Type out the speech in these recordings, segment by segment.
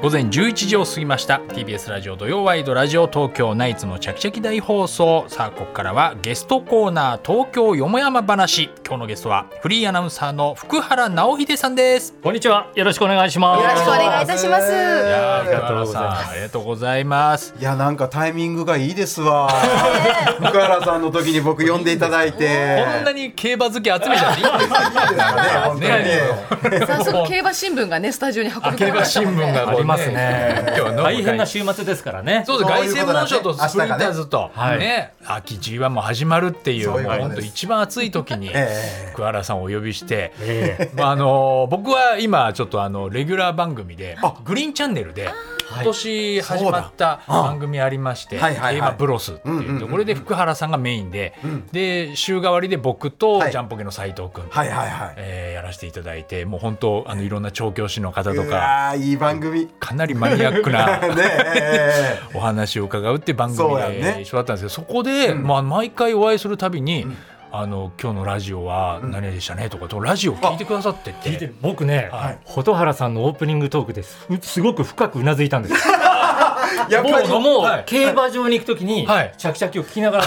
午前11時を過ぎました TBS ラジオ土曜ワイドラジオ東京ナイツのちゃきちゃき大放送さあここからはゲストコーナー東京よもやま話今日のゲストはフリーアナウンサーの福原直秀さんですこんにちは。よろしくお願いします。よろしくお願いいたしますいやーりがとう福原ございますさんありがとうございますいやなんかタイミングがいいです わ福原さんの時に僕呼んでいただいてこんなに競馬好き集めちゃっていいんですか いいですよね本当に早速競馬新聞がねスタジオに運び込ま競れ馬ました新もんね聞がこうありますね今日は大変なそ週末ですからね。うですそう凱いう旋ことだね門賞とスプリンターズとがねはいね秋 G1 も始まるっていうそういうことですもう本当一番暑い時に ええ福原さんをお呼びしてええまああの僕は今ちょっとあのレギュラー番組で「グリーンチャンネル」で今年始まった番組ありまして「はいはいはいテーマブロス」ってうんいううんうとんこれで福原さんがメインでで週替わりで僕とはいジャンポケの斉藤君はいはいはいえーやらせていただいてもう本当あのいろんな調教師の方とうかわーいい番組ねかなりマニアック なええお話を伺うっていう番組そうやんでね一緒だったんですけどそこで、まあ、毎回お会いするたびに、あの今日のラジオは何々でしたねとかとラジオ聞いてくださってて聞いてる僕ね、はい蛍原さんのオープニングトークです。うすごく深くうなずいたんです。えやっぱり僕も、はい競馬場に行くときに、はいチャキチャキを聞きながら、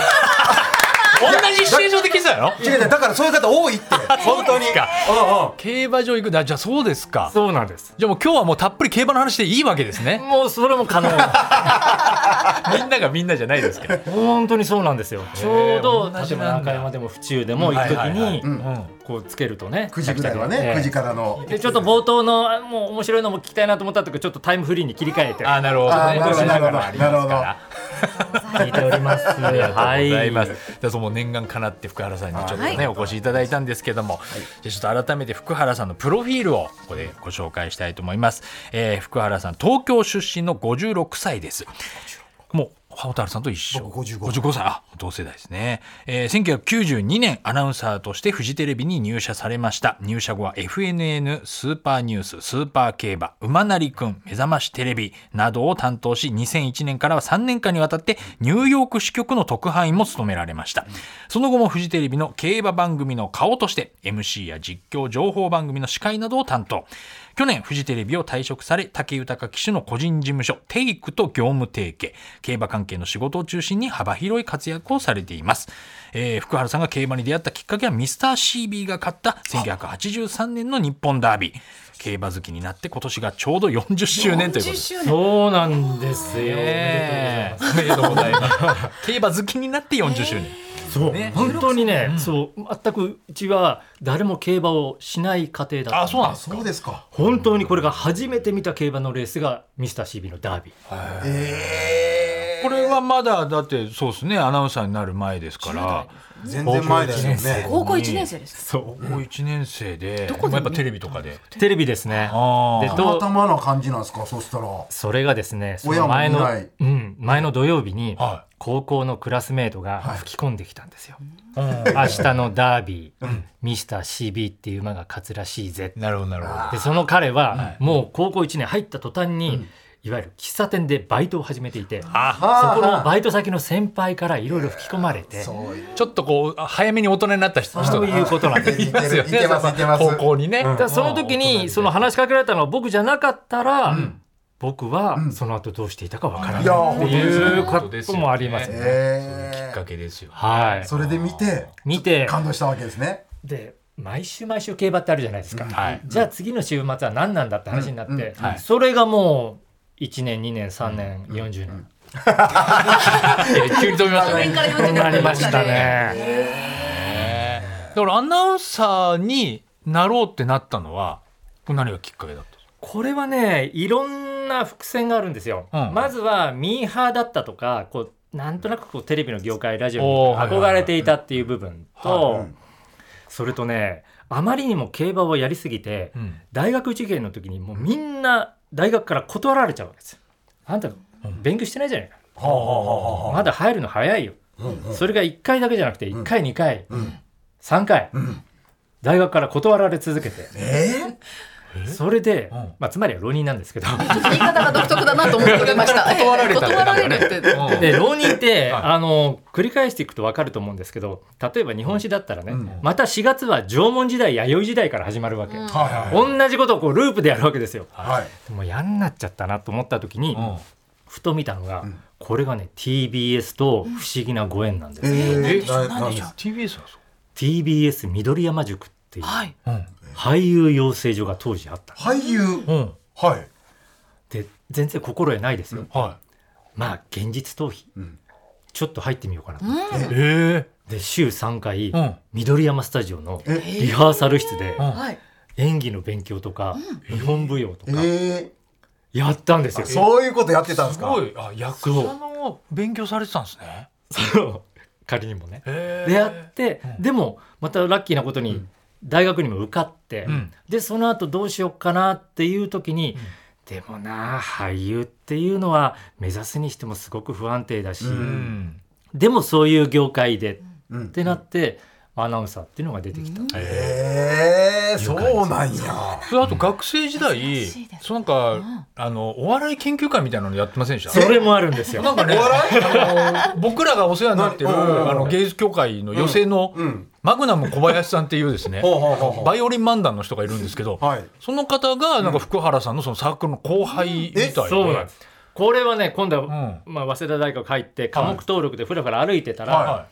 同じシチュエーションで聞いてたの違う違うだからそういう方多いって本当にかうんうん競馬場行くだじゃあそうですか そうなんです。じゃあもう今日はもうたっぷり競馬の話でいいわけですねもうそれも可能。みんながみんなじゃないですけど 本当にそうなんですよ。 ちょうど、同例じえばなんだ中山でも府中でも行くときはいはいはいに、んうんこうつけるとね。 9時ぐらいはチャキチャキねが9時からのでちょっと冒頭のあもう面白いのも聞きたいなと思った時ちょっとタイムフリーに切り替えてあーなるほどあーなるほどこうしがらありますからな聞いております。ありがとうございます。はじゃあその念願かなって福原さんにちょっとね、はいお越しいただいたんですけども、じゃあちょっと改めて福原さんのプロフィールをここでご紹介したいと思います。えー、福原さん東京出身の56歳です。もう羽田さんと一緒。僕55 55歳。あ、同世代ですね。えー、1992年アナウンサーとしてフジテレビに入社されました。入社後は FNN、スーパーニュース、スーパー競馬、馬なりくん、目覚ましテレビなどを担当し、2001年からは3年間にわたってニューヨーク支局の特派員も務められました。その後もフジテレビの競馬番組の顔として MC や実況情報番組の司会などを担当。去年、フジテレビを退職され、武豊騎手の個人事務所、テイクと業務提携、競馬関係の仕事を中心に幅広い活躍をされています。えー福原さんが競馬に出会ったきっかけは、ミスター CB が勝った1983年の日本ダービー。競馬好きになって、今年がちょうど40周年ということで10す。周い年そうなんですよ。えーおめでとうございます。競馬好きになって40周年。そう、本当にね、そう全くうちは誰も競馬をしない家庭だった。あ、そうなんですか。そうですか本当にこれが初めて見た競馬のレースがミスター CB のダービー。これはまだ、だって、そうですね、アナウンサーになる前ですから。全然前ですよね高校1年生ですそ高校一年生で、こでやっぱテレビとかで。う。テレビですね。あーでたどまうたまな感じなんですかそしたらそれがですね、そ親のも前の見ないうん前の土曜日には高校のクラスメートが吹き込んできたんですよ。うん明日のダービー、ミスター CB っていう馬が勝つらしいぜなるほどなるほど。でその彼はもう高校1年入った途端に、いわゆる喫茶店でバイトを始めていてそあこのあバイト先の先輩からいろいろ吹き込まれてあそういうちょっとこうあ早めに大人になった人そ人ういうことなんです。いますよいね。てますいてます高校にね。だからその時にその話しかけられたのは僕じゃなかったら、僕はその後どうしていたかわからいやないって本当にいうそういうこことですよとねもありますね。えきっえかけですよ。はい、それで見て見て感動したわけですねで毎週毎週競馬ってあるじゃないですか、はいじゃあ次の週末は何なんだって話になって、うんうんはいそれがもう1年2年3年、40年、いや急に飛びました年ね。から40年なりましたね。だからアナウンサーになろうってなったのは何がきっかけだったんですか。これはねいろんな伏線があるんですよ。うんまずはミーハーだったとかこうなんとなくこうテレビの業界ラジオにおーはいはいはい憧れていたっていう部分はと、うんそれとねあまりにも競馬をやりすぎて、うん大学受験の時にもうみんな大学から断られちゃうわけですよ。あんた勉強してないじゃないか。はあはあはあはあまだ入るの早いよ。それが1回だけじゃなくて1回2回、3回、大学から断られ続けてえそれで、うんまあ、つまりは浪人なんですけ ど。ちょっと言い方が独特だなと思っておりました。断られたって 断られるって。うんで浪人って、はいあの繰り返していくと分かると思うんですけど例えば日本史だったらね、うんまた4月は縄文時代弥生時代から始まるわけ、うんはいはい同じことをこうループでやるわけですよ。はいもう嫌になっちゃったなと思った時に、うんふと見たのが、うんこれがね TBS と不思議なご縁なんです、ええーなな何んでしでょう TBS はそ TBS 緑山塾っていうはい。うん俳優養成所が当時あったの俳優うんはいで全然心得ないですよ、はまあ現実逃避うんちょっと入ってみようかなと、うん。いえで週3回、えうん緑山スタジオのえリハーサル室でうんはい。演技の勉強とか、日本舞踊とかえやったんですーよ、そういうことやってたんですすかごいあ役者の勉強されてたんですねその仮にもね。えでやって、うんでもまたラッキーなことに大学にも受かって、うんでその後どうしようかなっていう時に、でもなあ俳優っていうのは目指すにしてもすごく不安定だし、ううんでもそういう業界でっうんてなって、アナウンサーっていうのが出てきた。ええーそうなんやえあと学生時代懐かしいですそうなんか、んあのお笑い研究会みたいなのやってませんでしたそれもあるんですよ。なんかね、あの僕らがお世話になってるうんうんうんあの芸術協会の寄席のうんマグナム小林さんっていうですね、ほうほうほうほうバイオリン漫談の人がいるんですけど、はいその方がなんか福原さんのそのサークルの後輩みたいで、そうなんです。これはね今度は、うまあ、早稲田大学入って科目登録でふらふら歩いてたら、は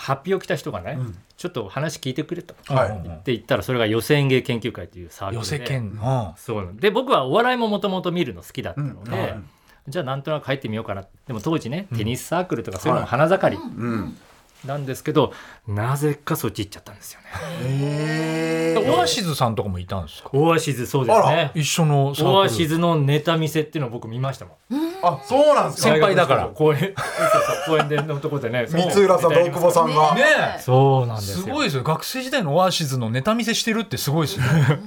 発表来た人がね、んちょっと話聞いてくれと。い、はいうんって言ったらそれが予選芸研究会というサークルで寄せ兼の、そうなので僕はお笑いももともと見るの好きだったので、うんはいじゃあなんとなく入ってみようかなでも当時ねテニスサークルとかそういうのも花盛りうんなんですけど、なぜかそっち行っちゃったんですよねえでーオアシズさんとかもいたんですかオアシズそうですね一緒のサークルオアシズのネタ見せっていうのを僕見ましたもんあそうなんですか先輩だから公園そうそう公園でのとこでね三浦さんと大久保さんがねえそうなんですよすごいですよ学生時代のオアシズのネタ見せしてるってすごいですよね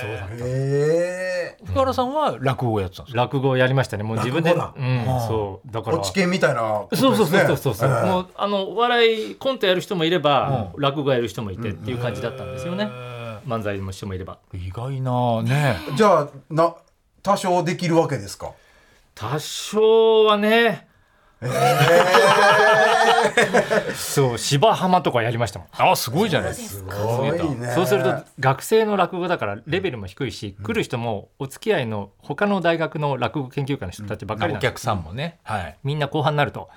そうだったえ福原さんは落語をやってたんですか落語をやりましたねもう自分で落う語んはあそうだかーら落ち券みたいなことそうそうですねそうそうそう、えーもうあのお笑いコントやる人もいれば、う落語やる人もいてっていう感じだったんですよね、へ漫才の人もいればえ意外なねじゃあな多少できるわけですか。多少はねそう芝浜とかやりましたもんあすごいじゃないですかすごいね。そうすると学生の落語だからレベルも低いし、来る人もお付き合いの他の大学の落語研究会の人たちばっかりおなんです客さんもね、はい、みんな後半になると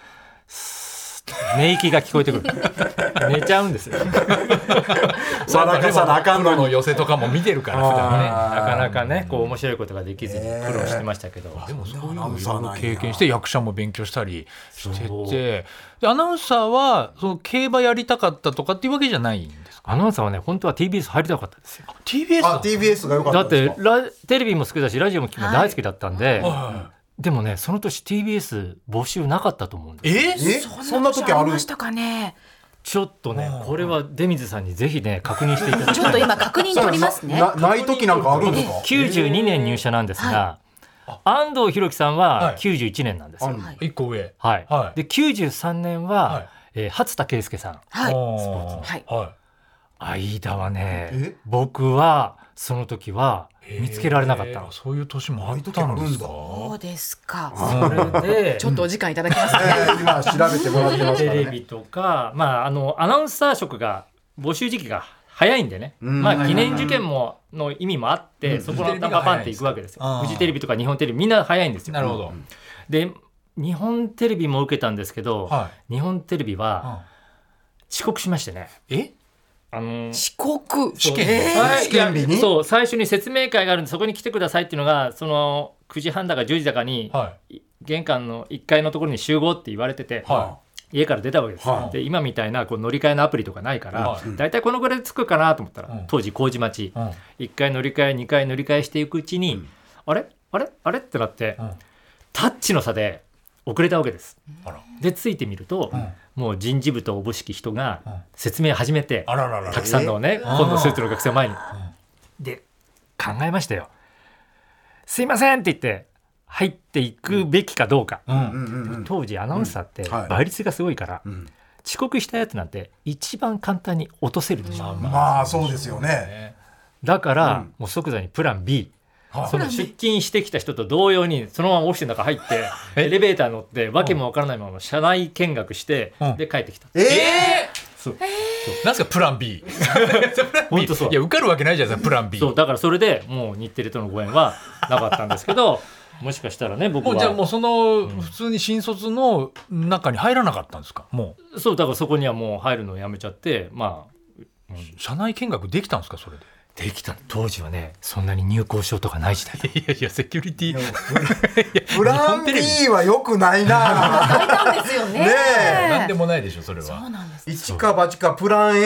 スーッと寝息が聞こえてくる寝ちゃうんですよ笑かさなあかんプのロのに。寄せとかも見てるから普段ねあーなかなかねこう面白いことができずに苦労してましたけど、でもそういうアナのウをンいサろーいなんろや経験して役者も勉強したりしてそうてでアナウンサーはその競馬やりたかったとかっていうわけじゃないんですかアナウンサーはね本当は TBS 入りたかったんですよ TBS あだ TBS が良かっだたっんですてか。ラテレビも好きだしラジオも聞くの大好きだったんで、はでもねその年 TBS 募集なかったと思うんですいええそんな時ありるましたかね。ちょっとねこれは出水さんにぜひね確認していただきちょたっいと今確認取りますね。なない時なんかあるんですか。 92年入社なんですが、安藤博樹さんはいは91年なんですよ、あはいのはい一個上はいで93年は、はいえー初田圭介さんはい。ははいは間はねえ僕はその時はい見つけられなかったえーの、そういう年もあったんですかそうですか。それで ちょっとお時間いただきます。えー今調べてもらってますテからレね。ビとか、まあ、あのアナウンサー職が募集時期が早いんでね、うんまあ、記念受験もの意味もあって、うんそこの頭パパンっていくわけですようんフジテレビとか日本テレビみんな早いんですよなるほど、で日本テレビも受けたんですけど、は日本テレビい、は遅刻しましてねえあの遅刻。試験えーはい試験日にいやそう最初に説明会があるんでそこに来てくださいっていうのがその9時半だか10時だかに、はい玄関の1階のところに集合って言われてて、は家から出たわけですよ、はいで今みたいなこう乗り換えのアプリとかないから、はい大体このぐらいで着くかなと思ったら、うん当時麹町い、うん1回乗り換え2回乗り換えしていくうちに、うんあれあれあれってなって、うんタッチの差で遅れたわけですあらでついてみると、うんもう人事部とおぼしき人がうん説明始めて、あらららたくさんのねー今度スーツの学生を前に、で考えましたよすいませんって言って入っていくべきかどうか、うんうんうんうん当時アナウンサーってうんはい倍率がすごいから、うん。遅刻したやつなんて一番簡単に落とせるでしょ、まあそうですよね。だから、うんもう即座にプラン B はいその出勤してきた人と同様にそのままオフィスの中入って エレベーター乗ってわけもわからないまま車内見学して、うんで帰ってきたええそうー、なんすかプラン B 本当そういや受かるわけないじゃないですかプラン B そうだからそれでもう日テレとのご縁はなかったんですけ どもしかしたらね僕もはうじゃあもうその普通に新卒の中に入らなかったんですかもそうだからそこにはもう入るのをやめちゃってまあう社内見学できたんですかそれでできた当時はねそんなに入校証とかない時代いやいやセキュリティプラン B は良くないな大胆ですよね。ねえなんでもないでしょそれそうはなんです。一か八かプラン A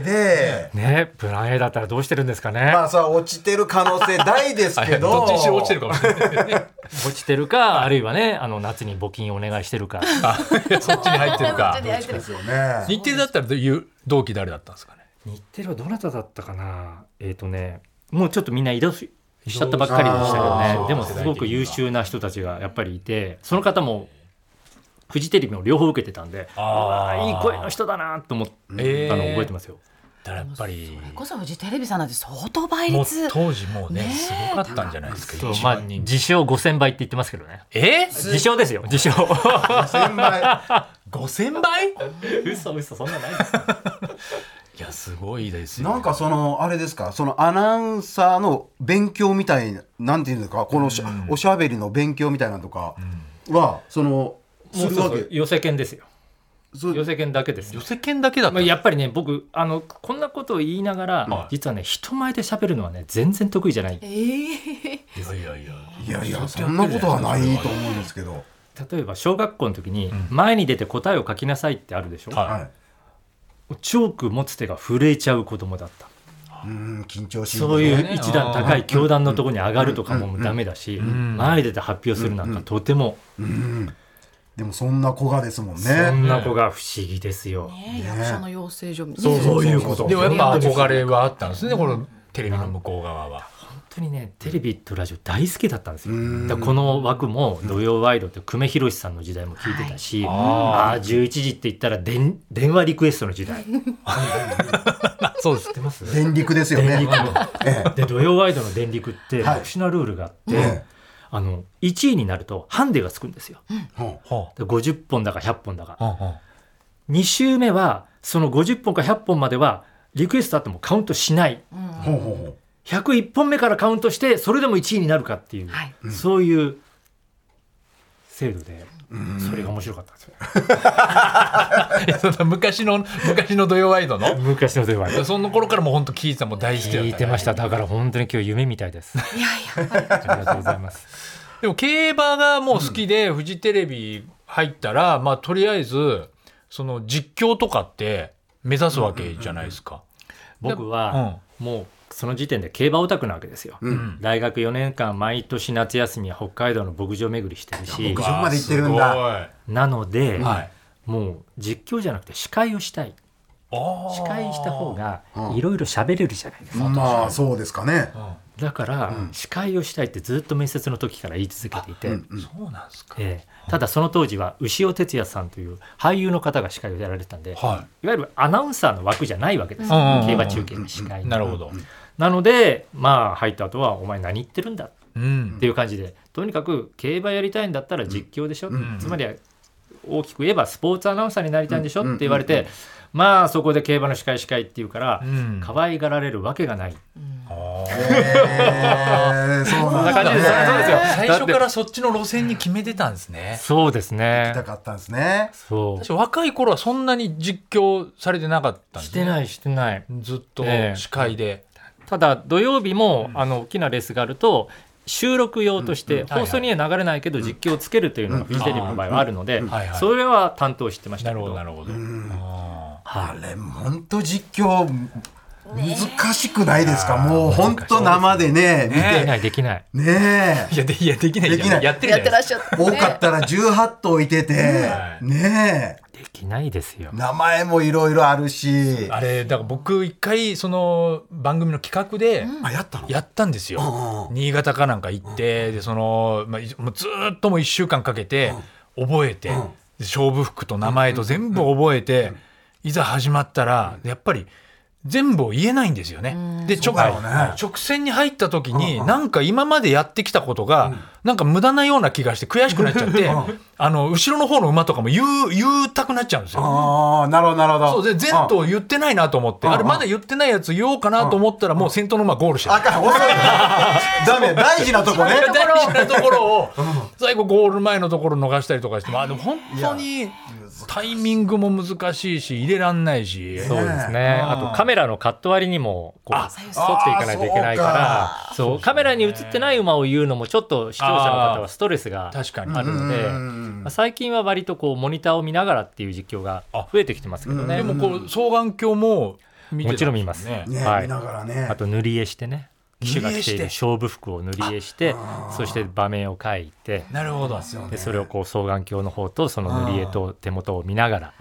で、 ねプラン A だったらどうしてるんですかね、まあさ落ちてる可能性大ですあいけや どどっちにしろ落ちてるかかもしれないですね 落ちてるかあるいはねあの夏に募金お願いしてるかあいやそっちに入ってるかそっちに入ってるですよね日程だったらどういう同期誰だったんですかね日テレはどなただったかなえっ、とねもうちょっとみんな移動ししちゃったばっかりでしたけどあーねでもすごく優秀な人たちがやっぱりいてその方もフジテレビも両方受けてたんであいい声の人だなと思ったのをえー覚えてますよ。だからやっぱりそれこそフジテレビさんなんて相当倍もう率。当時もうねねえすごかったんじゃないですかそう1まあ万人自称5000倍って言ってますけどね。え自称ですよ自称。先輩5000倍い 嘘嘘そんなない。 やすごいですよなんかそのあれですかそのアナウンサーの勉強みたいななんていうんですかこのしゃおしゃべりの勉強みたいなのとかは、そのすもうるそうわそうけ寄せ券ですよ。そう寄せ券だけです寄。せ券だけだった まあやっぱりね僕あのこんなことを言いながら、はい実はね人前で喋るのはね全然得意じゃない。ええ。いやいやいやいやいやそんなことはないと思うんですけど、例えば小学校の時に前に出て答えを書きなさいってあるでしょ。はいはい、チョーク持つ手が震えちゃう子供だった。うーん緊張しそういねう一段高い教団のところに上がるとかもダメだし、ん前に出て発表するなんかとてもうんでもそんな子がですもんそねんな子が不思議ですよ。ねえ役者の養成所みたいそな。うそういうことでもやっぱ憧れはあったんですねこのテレビの向こう側は本当にねテレビとラジオ大好きだったんですようんだからこの枠も「土曜ワイド」って久米宏さんの時代も聞いてたし、はいああ11時って言ったらでん電話リクエストの時代そう です出ます電力 ですよ電ね力のえで「土曜ワイド」の電力ってはい特殊なルールがあって、えあの1位になるとハンデがつくんですよえははで50本だか100本だかあは2週目はその50本か100本まではリクエストあってもカウントしないうんあほうほうほう101本目からカウントしてそれでも1位になるかっていう、はいそういう制度でそれが面白かったんですよあそんな昔の昔の土曜ワイドの昔の電話その頃からもう本当聞いてたもう大好きだった聞いてましただから本当に今日夢みたいですいやいや。ありがとうございますでも競馬がもう好きでフジテレビ入ったら、まあとりあえずその実況とかって目指すわけじゃないですか。僕はもうその時点で競馬オタクなわけですよ、うん大学4年間毎年夏休みは北海道の牧場巡りしてるし牧場まで行ってるんだわあなのすで、ごいはい。もう実況じゃなくて司会をしたいあー司会した方。がうんいろいろ喋れるじゃないですか、まあそうですかねう、んだから、うん司会をしたいってずっと面接の時から言い続けていて、うんうんそうなんですか。ええただその当時は牛尾哲也さんという俳優の方が司会をやられてたんで、はいわゆるアナウンサーの枠じゃないわけですよ、うんうんうん競馬中継の司会い。なるほど。なのでまあ入った後は「お前何言ってるんだ」うんっ。ていう感じでとにかく競馬やりたいんだったら実況でしょ、うんつまり大きく言えばスポーツアナウンサーになりたいんでしょうっんて言われて、まあそこで競馬の司会司会っていうから、うん可愛がられるわけがないあーええそうなそんんな感だじですそうですよだって最初からそっちの路線に決めてたんですね。そうですね痛かったんですねそ私若い頃はそんなに実況されてなかったうんです。してい。ないしてないずっとええ司会で。ただ土曜日も、あの大きなレースがあると収録用として、はいはい放送には流れないけど実況をつけるというのがフジテレビの場合はあるので、んはいはいそれは担当してましたなるけほどどなるほど。んあーあれ本当実況難しくないですねか、えもう本当生でねできねないできない見てねいやでいやできないでじきゃ。なんいやってるじやゃないでってすからっしゃったえ多かったら18頭いてて、はいねえできないですよ名前もいろいろあるしあれだから僕一回その番組の企画であやったのやったんですよ、うんうん新潟かなんか行って、でその、まあ、いもうずーっともう1週間かけて覚えて、うんで勝負服と名前と全部覚えて、いざ始まったらやっぱり全部を言えないんですよね。で、直、そうだろうね直線に入った時に、なんか今までやってきたことが、なんか無駄なような気がして悔しくなっちゃって、あの、後ろの方の馬とかも言う、言うたくなっちゃうんですよ。ああ、なるほど、なるほど。そうで前あ頭言ってないなと思ってあれまだ言ってないやつ言おうかなと思ったらもう先頭の馬ゴールしてるあ かん、遅いな。ダメ、大事なとこね。大事なところを最後ゴール前のところ逃したりとかしてまあでも本当にタイミングも難しいし入れらんないしそうですね。あとカメラのカット割りにもこう沿っていかないといけないから、そうカメラに映ってない馬を言うのもちょっと視聴者の方はストレスが確かにあるので、まあ最近は割とこうモニターを見ながらっていう実況が増えてきてますけどね。でもこう双眼鏡も見てたもちろん見ますねね、はい見ながらね。あと塗り絵してね。騎手が着ている勝負服を塗り絵して、そして場面を描いて、なるほどよねでそれをこう双眼鏡の方とその塗り絵と手元を見ながら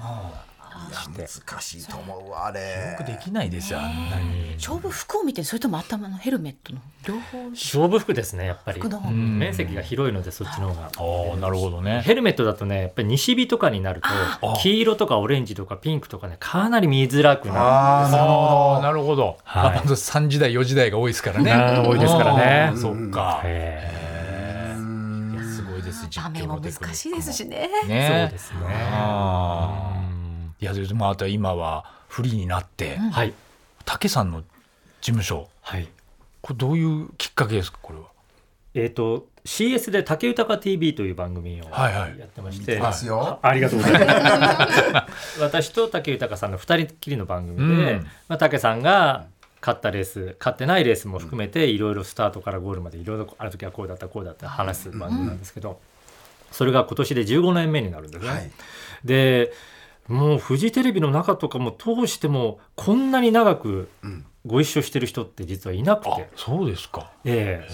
して、難しいと思うわ、あれ。できないですよあんなに勝負服を見てそれとも頭のヘルメットの両方勝負服ですねやっぱり服。の方ん面積が広いのでそっちの方が。ああなるほどねヘルメットだとねやっぱり西日とかになると黄色とかオレンジとかピンクとかねかなり見づらくなああ、なるあほーなるほどはいあと3時台4時台が多いですからねあー多いですからねうんそっかえいやすごいです実況場面のもテクニ難ックもしいですしねえねそうですねああいやでもあとは今はフリーになって、はい竹さんの事務所はいこれどういうきっかけですかこれはえっ、と CS で「竹豊 TV」という番組をはいはいやってまして、ど。ますよ。ありがとうございます。 私と竹豊さんの二人っきりの番組で、うんまあ、竹さんが勝ったレース勝ってないレースも含めていろいろスタートからゴールまでいろいろある時はこうだったこうだった話す番組なんですけど、それが今年で15年目になるんですね。はい。でもうフジテレビの中とかも通してもこんなに長くんご一緒してる人って実はいなくて、あそうですかえ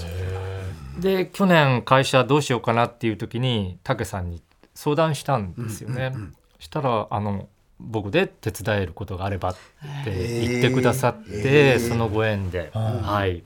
え、で去年会社どうしようかなっていう時に武さんに相談したんですよね、したらあの僕で手伝えることがあればって言ってくださって、へえそのご縁で、はい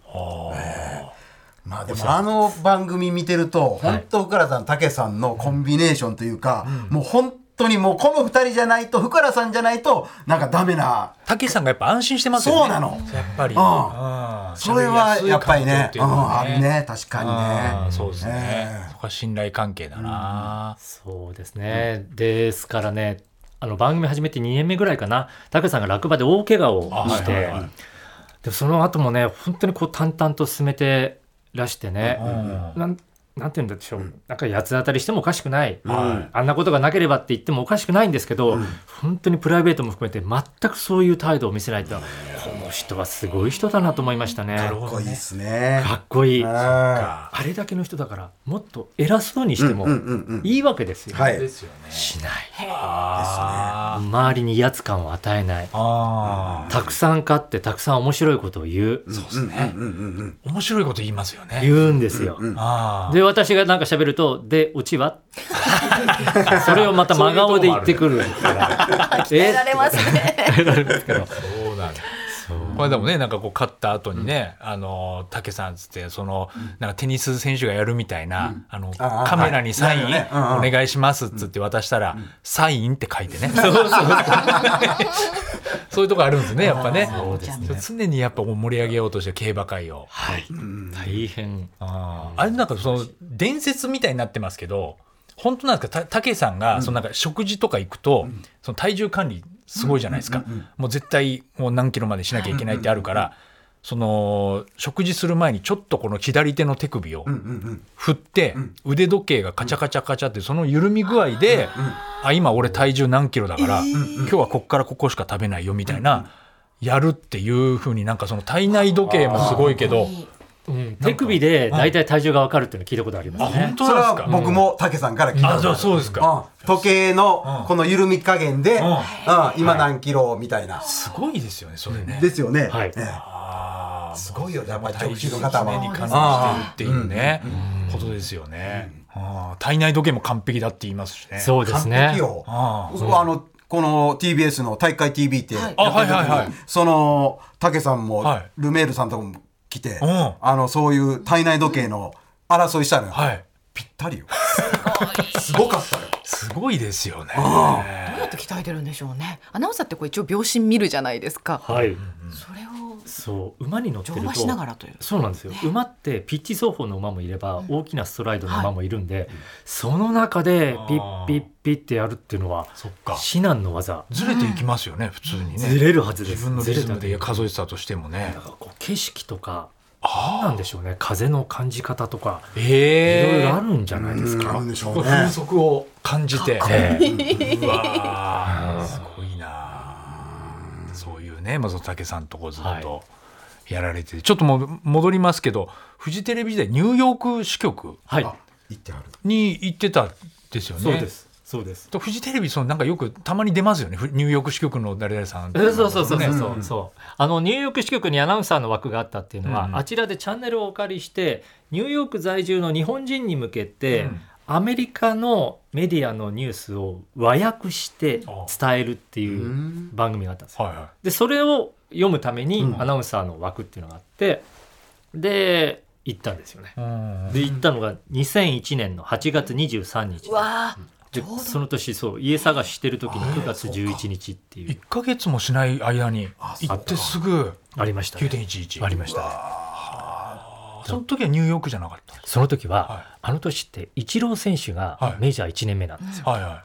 まあでもあの番組見てると、本当、福原さん、たけさんのコンビネーションというか、もう本当にもうこの二人じゃないと、福原さんじゃないと、なんかダメな。竹さんがやっぱ安心してますよねそうなのやっぱり、うんあーそれはやっぱりね、喋りやすい環境っていうん、うのはあるね、確かにあーね。そうですね、ええそこは信頼関係だな、そうですね、ですからねあの番組始めて2年目ぐらいかな武さんが落馬で大怪我をして、あはいはいはいでその後もね本当にこう淡々と進めてらしてね、うんなんなんて言うんでしょう、なんか八つ当たりしてもおかしくない、はいあんなことがなければって言ってもおかしくないんですけど、本当にプライベートも含めて全くそういう態度を見せないとこの人はすごい人だなと思いましたね。かっこいいですね。かっこいいうんあれだけの人だからもっと偉そうにしてもうんうんうんいいわけですよ、はい。ですよねしないあー周りに威圧感を与えないあたくさん勝ってたくさん面白いことを言う、ー、ねうんうんうん。面白いこと言いますよね言うんですよ、ああで私がなんか喋ると「でオチは? 」それをまた真顔で言ってくるから鍛えられますねえられますけどそうなんだ。これでもねなんかこう勝った後にね、あの武さんっつってそのなんかテニス選手がやるみたいな、あのああカメラにサインはいなるよねうんお願いしますっつって渡したら、サインって書いてね。 そういうとこあるんですねやっぱね。そうですね常にやっぱ盛り上げようとして競馬会を。はい大変あーあれなんかその伝説みたいになってますけど本当なんですかた武さんがそのなんか食事とか行くと、その体重管理すごいじゃないですか、もう絶対もう何キロまでしなきゃいけないってあるから、その食事する前にちょっとこの左手の手首をうんうん振って、腕時計がカチャカチャカチャってその緩み具合で、あ今俺体重何キロだから、今日はこっからここしか食べないよみたいな、やるっていうふうになんかその体内時計もすごいけど。うん手首で大体体重が分かるっていうの聞いたことありまあすね本当それなんですはか僕もたけさんから聞いたあ、じゃあそうですか。うん時計のこの緩み加減で、うんん今何キロみたいな。すごいですよね、それね。ですよね。はいええあすごいよね、やっぱり体直重球のが方常には。関係してるっていうね、ことですよね。あー体内時計も完璧だって言いますしね。そうです完ね璧よああそうあの、この TBS の大会 TV って、はいあはいはいはいその、たけさんも、はいルメールさんとかも来て、うんあの、そういう体内時計の争いしたのよ。はい。ぴったりよ。すごかったよ。すごいですよね。どうやって鍛えてるんでしょうねアナウンサーってこう一応秒針見るじゃないですか、はいそれをそう馬に乗って乗る馬としながらというそうなんですよ馬ってピッチ走法の馬もいれば大きなストライドの馬もいるんで、その中でピッピッピッってやるっていうのはそっか。至難の技ずれていきますよね、普通にね。ずれるはずで自す分のリずれズたムとでいうか数えてたとしてもね。こう景色とかあなんでしょうね風の感じ方とかいえろいろあるるんじゃないですか、うんあるんでしょうね風速を感じて。ええうわ ーすごいなあそういうね松竹さんとこずっはとやられて、ちょっともう戻りますけどフジテレビ時代ニューヨーク支局はいあ行ってあるに行ってたんですよね。そうですそうですとフジテレビそのなんかよくたまに出ますよねふニューヨーク支局の誰々さんえそうそうそうそうねそうそうあのニューヨーク支局にアナウンサーの枠があったっていうのは、うんあちらでチャンネルをお借りしてニューヨーク在住の日本人に向けて、うんアメリカのメディアのニュースを和訳して伝えるっていう番組があったんですよ。はいはでそれを読むためにうんアナウンサーの枠っていうのがあってで行ったんですよねい。。うんで行ったのが2001年の8月23日うわーでちょうどその年そう家探ししてる時に9月11日っていう1か月もしない間にあそう行ってすぐありましたね、 9.11ありましたねその時はニューヨークじゃなかったその時は、はいあの年ってイチロー選手がはいメジャー1年目なんですよ、はいは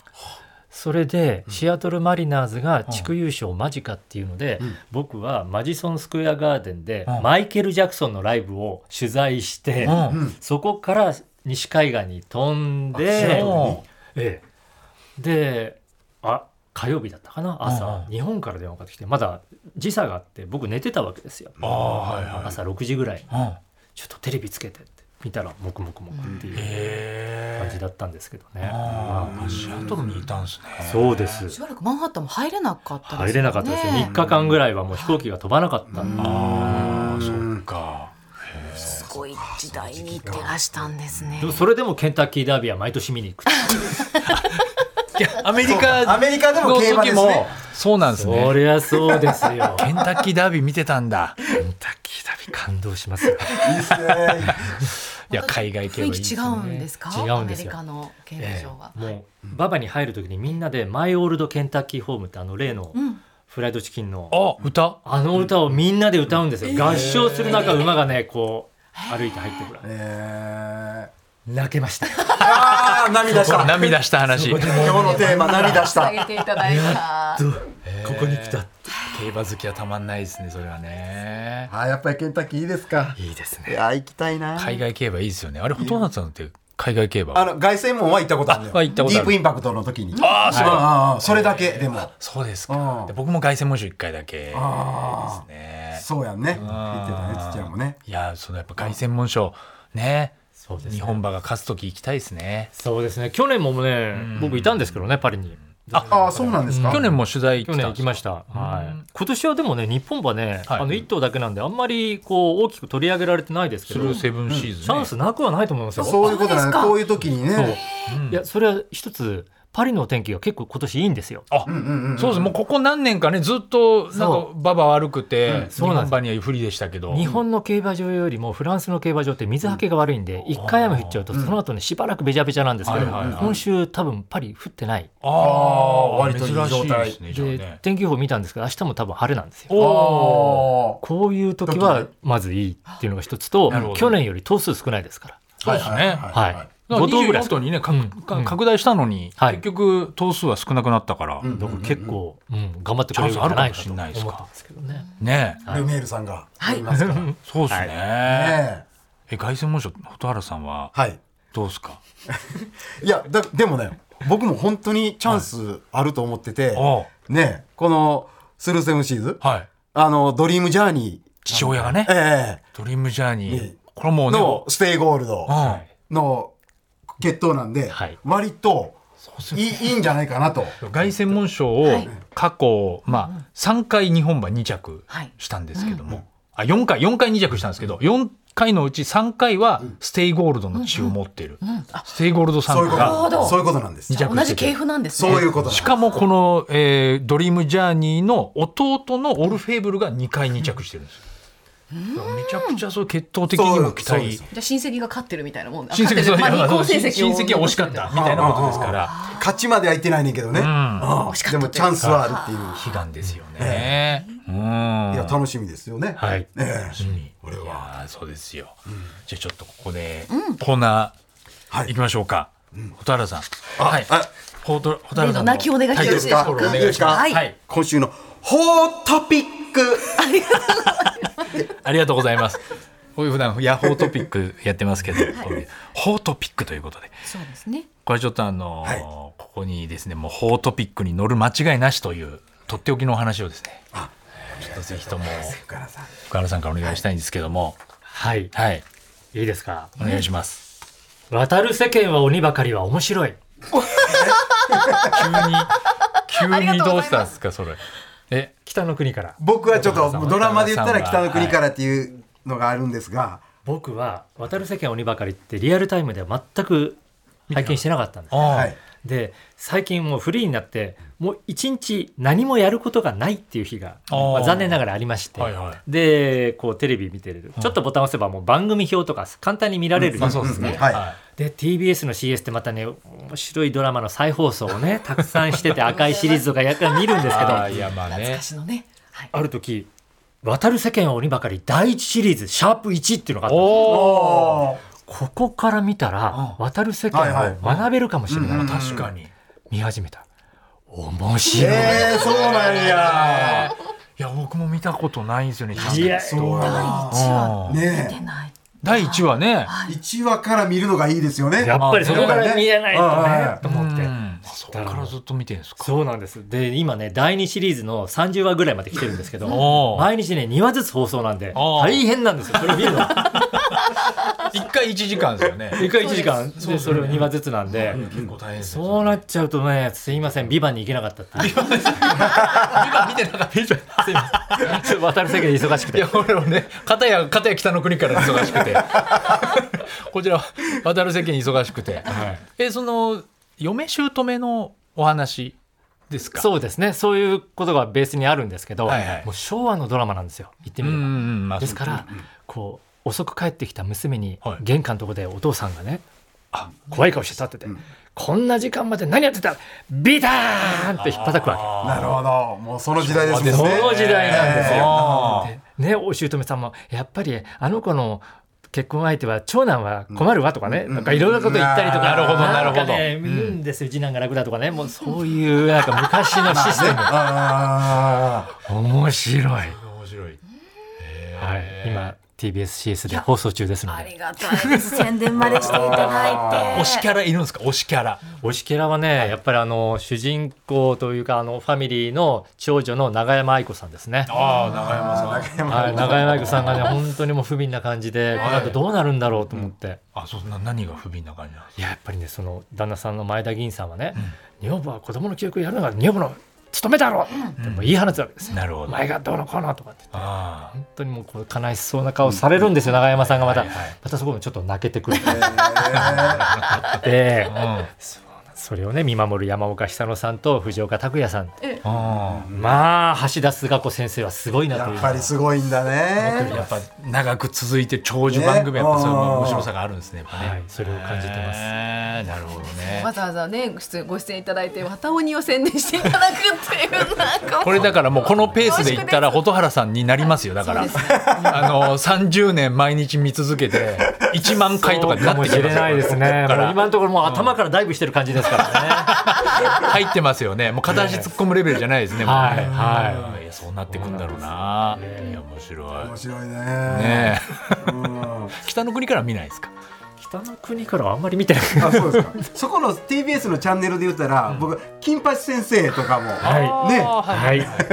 それでシアトル・マリナーズが地区優勝間近っていうので、うん僕はマジソン・スクエア・ガーデンでうんマイケル・ジャクソンのライブを取材して、い、うんうんそこから西海岸に飛んえで、ーええであ火曜日だったかな朝、うんうん日本から電話かかってきてまだ時差があって僕寝てたわけですよああはいはい朝6時ぐらいにうんちょっとテレビつけてって見たらもくもくもくっていうへ感えじだったんですけどね、あまあシアトルにいたんですねあそうですしばらくマンハッタンも入れなかったですよね入れなかったですよ、3ね日間ぐらいはもう飛行機が飛ばなかったんで、ああそっかすごい時代に手がしたんですねでもそれでもケンタッキーダービーは毎年見に行くっていういやアメリアメリカでも競馬ですねそうなんですそねりゃそうですよ ケンタッキーダービー見てたんだケンタッキーダービー感動しますよいいっすね いや海外競雰馬囲いい気違ねうんですか違うんですよアメリカの競馬ええ場は、もう馬場に入る時にみんなで「マイ・オールド・ケンタッキー・ホーム」ってあの例のうんフライドチキンのあ歌あの歌をみんなで歌うんですよ合唱する中馬がねこう歩いて入ってくるえー泣けましたあー涙した今涙した話競日のテーマ涙したあげていただいたここに来た馬好きはたまんないですねそれはねあーやっぱりケンタッキーいいですかいいですいねやー行きたいな海外競馬いいですよねあれどうなってたのって海外競馬あの凱旋門は行ったことあるんだよあは行ったことあるディープインパクトの時にあーすごいあーそれだけでもそうですうかんで僕も凱旋門賞1回だけですあねそうやんね行ってたね土屋もねいやそのやっぱ凱旋門賞ねそうですね日本馬が勝つ時行きたいですねそうですね去年もね僕いたんですけどねパリにああそうなんですか去年も取材行去って年たんで行きすかました、はい、今年はでもね日本はね、はいあの1頭だけなんであんまりこう大きく取り上げられてないですけスどルーチセブンシーズンねャンスなくはないと思いますよそういうことなそうですんかこういう時にそうねうんいやそれは一つパリのお天気が結構今年いいんですよあ、そうですもうここ何年かねずっとなんかそ馬場悪くて、日そうなんです本馬には不利でしたけど日本の競馬場よりもフランスの競馬場って水はけが悪いんで、一回雨降っちゃうとその後ねしばらくべちゃべちゃなんですけど、はいはいはい今週多分パリ降ってないああ割といい状珍態しいですねじゃあでね天気予報見たんですけど明日も多分晴れなんですよおおおこういう時時はねまずいいっていうのが一つとなるほど去年より頭数少ないですからそうですね、はい、だから5頭ぐらい24頭にね、かうんか拡大したのに、はい結局頭数は少なくなったから、ん僕結構、うん、頑張ってくれるんじゃないかと思ってますけどねねえールメールさんがはいおりますからねそうですね、ええ凱旋門賞蛍原さんははいどうですか、いやだでもね僕も本当にチャンスあると思ってておうねこのスルーセブンシーズはいあのドリームジャーニー父親がね、 えドリームジャーニー、ねこれもえうねのステイゴールドうんの決闘なんで、はい割と いいいいんじゃないかなと。凱旋門賞をはい過去、まあ、3回日本馬2着はいしたんですけども、あ4回4回2着したんですけど4回のうち3回はステイゴールドの血を持ってる、ステイゴールドさそうんいうこがほどと。そういうことなんです二。着同じ系譜なんですねそういうことなんですしかもこの、えードリームジャーニーの弟のオルフェーブルが2回2着してるんですよめちゃくちゃそう血統的にも期そうで待すじゃあ親戚が勝ってるみたいなもんだ親戚勝そっうてるまあ、あ日の本成親績を戚は惜しかったみたいなことですから勝ちまではいってないねんけどね、うんしかったでもチャンスはあるっていう、悲願ですよね。うんいや楽しみですよね、はい。ええこれはそうですよ。じゃあちょっとここでコーナはー行いきましょうか。蛍原さん。はい。あほうと蛍原さんの。例の泣きお願いしていいよでろしすでしょうかタかイトルコールお願いいでいすしまか、す。はいはい。今週のホートピックありがとうございます。こういう普段ヤッホートピックやってますけど、こういうホートピックということで、そうですねこれちょっとあのーはいここにですね、もうホートピックに乗る間違いなしというとっておきのお話をですね、ちょっとぜひとも福原さん福原さんからお願いしたいんですけども、はいはい、いいですかお願いし ます。渡る世間は鬼ばかりは面白い急ありがにとうどごうざしいますたんですかそれ。え、北の国から僕はちょっとそうそうドラマで言ったらそう北の国からっていうのがあるんですが、僕は渡る世間は鬼ばかりってリアルタイムでは全く拝見してなかったんですははい。で最近もうフリーになってもう一日何もやることがないっていう日が、あーまあ残念ながらありまして、はいはいでこうテレビ見てるちょっとボタン押せばもう番組表とか簡単に見られるまあそうですね。うんはいで TBS の CS ってまたね面白いドラマの再放送を ねたくさんしてて赤いシリーズとかやっぱ見るんですけどああーいやまあ懐ねか。しのね、はい、る時「渡る世間は鬼ばかり」第1シリーズ「シャープ #1」っていうのがあったんでおすお。おーここから見たらう渡る世間を学べるかもしれない、はいはいうん確かに。い見始めた面白い、ええそうなんや。や僕も見たことないんですよね。ちゃんといやそう第1や。話見てねない第一話ね。え、一話から見るのがいいですよね。やっぱりそこから見えないとまあねね、と思って。うんそこからずっと見てるんですか。そうなんです。で、今ね、第2シリーズの30話ぐらいまで来てるんですけおど、ー毎日ね、2話ずつ放送なんで、おー大変なんですよ。それを見るの。 一回一時間ですよね。 1回1時そ間、うですで、それを2話ずつなんで、結構大変ですね。そうなっちゃうとね、すいません、ビバに行けなかった っていう。見てなかった。すいません。渡る世間忙しくいてや。俺もね、片や片や北の国から忙しくて、 こちら渡る世間忙しくて。はいえその嫁姑のお話ですか。う。そうですね。そういうことがベースにあるんですけど、はいはいもう昭和のドラマなんですよ。言ってうんみうれば。んまあですから、こう遅く帰ってきた娘にはい玄関のとこでお父さんがね、あ怖い顔して立ってて、こんな時間まで何やってたビターンって引っ叩くわなるほど。もうその時代ですもんけね。その時代なんですよ。あーね、お姑さんもやっぱりあの子の結婚相手は長男は困るわとかね、うんなんかいろんなこと言ったりとか、なるほどなるほどんかね、うんいいんですよ次男が楽だとかねもうそういうなんか昔のシステムあ面白い、面白い。はい、今 TBSCS で放送中ですのあでりがたいです 宣伝までしていただい て推しキャラいるんですか推しキャラ。推しキャラはね、やっぱりあの主人公というかあのファミリーの長女の永山愛子さんですね。ああ長山さん。はい、永山愛子さんがね本当にもう不憫な感じで、この後どうなるんだろうと思って。あそんな何が不憫な感じなんですかいややっぱりねその旦那さんの前田議員さんはね、女房は子供の記憶やるのが女房の務めだろうってもう言い放つわけですよ。なるほおど。前がどうのこうのとかって言ってあ本当にもうこう悲しそうな顔されるんですよ、永山さんがまた、はいはいまたそこもちょっと泣けてくる。あ。で、あ。それをね見守る山岡久乃さんと藤岡拓也さんあまあ橋田壽賀子先生はすごいなとやいうっぱりすごいんだあ。ね。やっぱ長く続いて長寿番組ねやっぱそういう面白さがあるんですね。やっぱねはいそれを感じてますへーなるほどねわ。ざわざね出演ご出演いただいて綿鬼を宣伝していただくっていうなんかこれだからもうこのペースでいったら蛍原さんになりますよだからあの30年毎日見続けて1万回とかになかっもてしきまれすよないですねだからもう今のところもう頭からダイブしてる感じですから入ってますよねもう片足突っ込むレベルじゃないですねもうねはいはいやそうなってくんだろうないや面白い面白いね。ねうんえ北の国から見ないですかね北の国からはあんまり見てないあそうですか。そこの TBS のチャンネルで言ったら、僕金八先生とかもはね、はいあ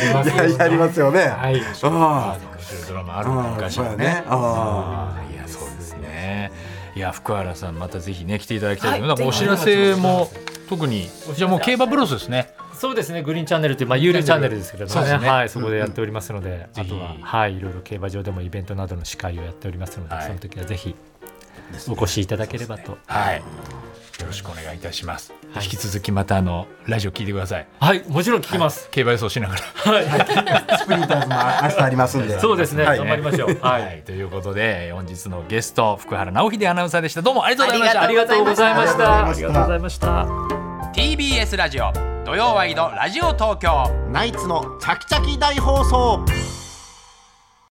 りますややりますよね。はいあ面白いドラマあるあ、んうだん、昔そうはやねね。あいやそうですねいや福原さんまたぜひね来ていただきたいと思います、はいなんかお知らせも特にじゃあもう競馬ブロスですねそうですねグリーンチャンネルというまあ有料チャンネルですけれどそうもでねすねはいそこでやっておりますのでうんあとははいいろいろ競馬場でもイベントなどの司会をやっておりますのはでいその時はぜひお越しいただければとはいよろしくお願いいたします引き続きまたあのラジオ聞いてくださいはいもちろん聞きます、競馬予想しながらスプリンターズも明日ありますんで。そうですね、はい頑張りましょうははいい、ということで本日のゲスト福原直秀アナウンサーでしたどうもありがとうございましたありがとうございましたありがとうございました TBS ラジオ土曜ワイドラジオ東京ナイツのチャキチャキ大放送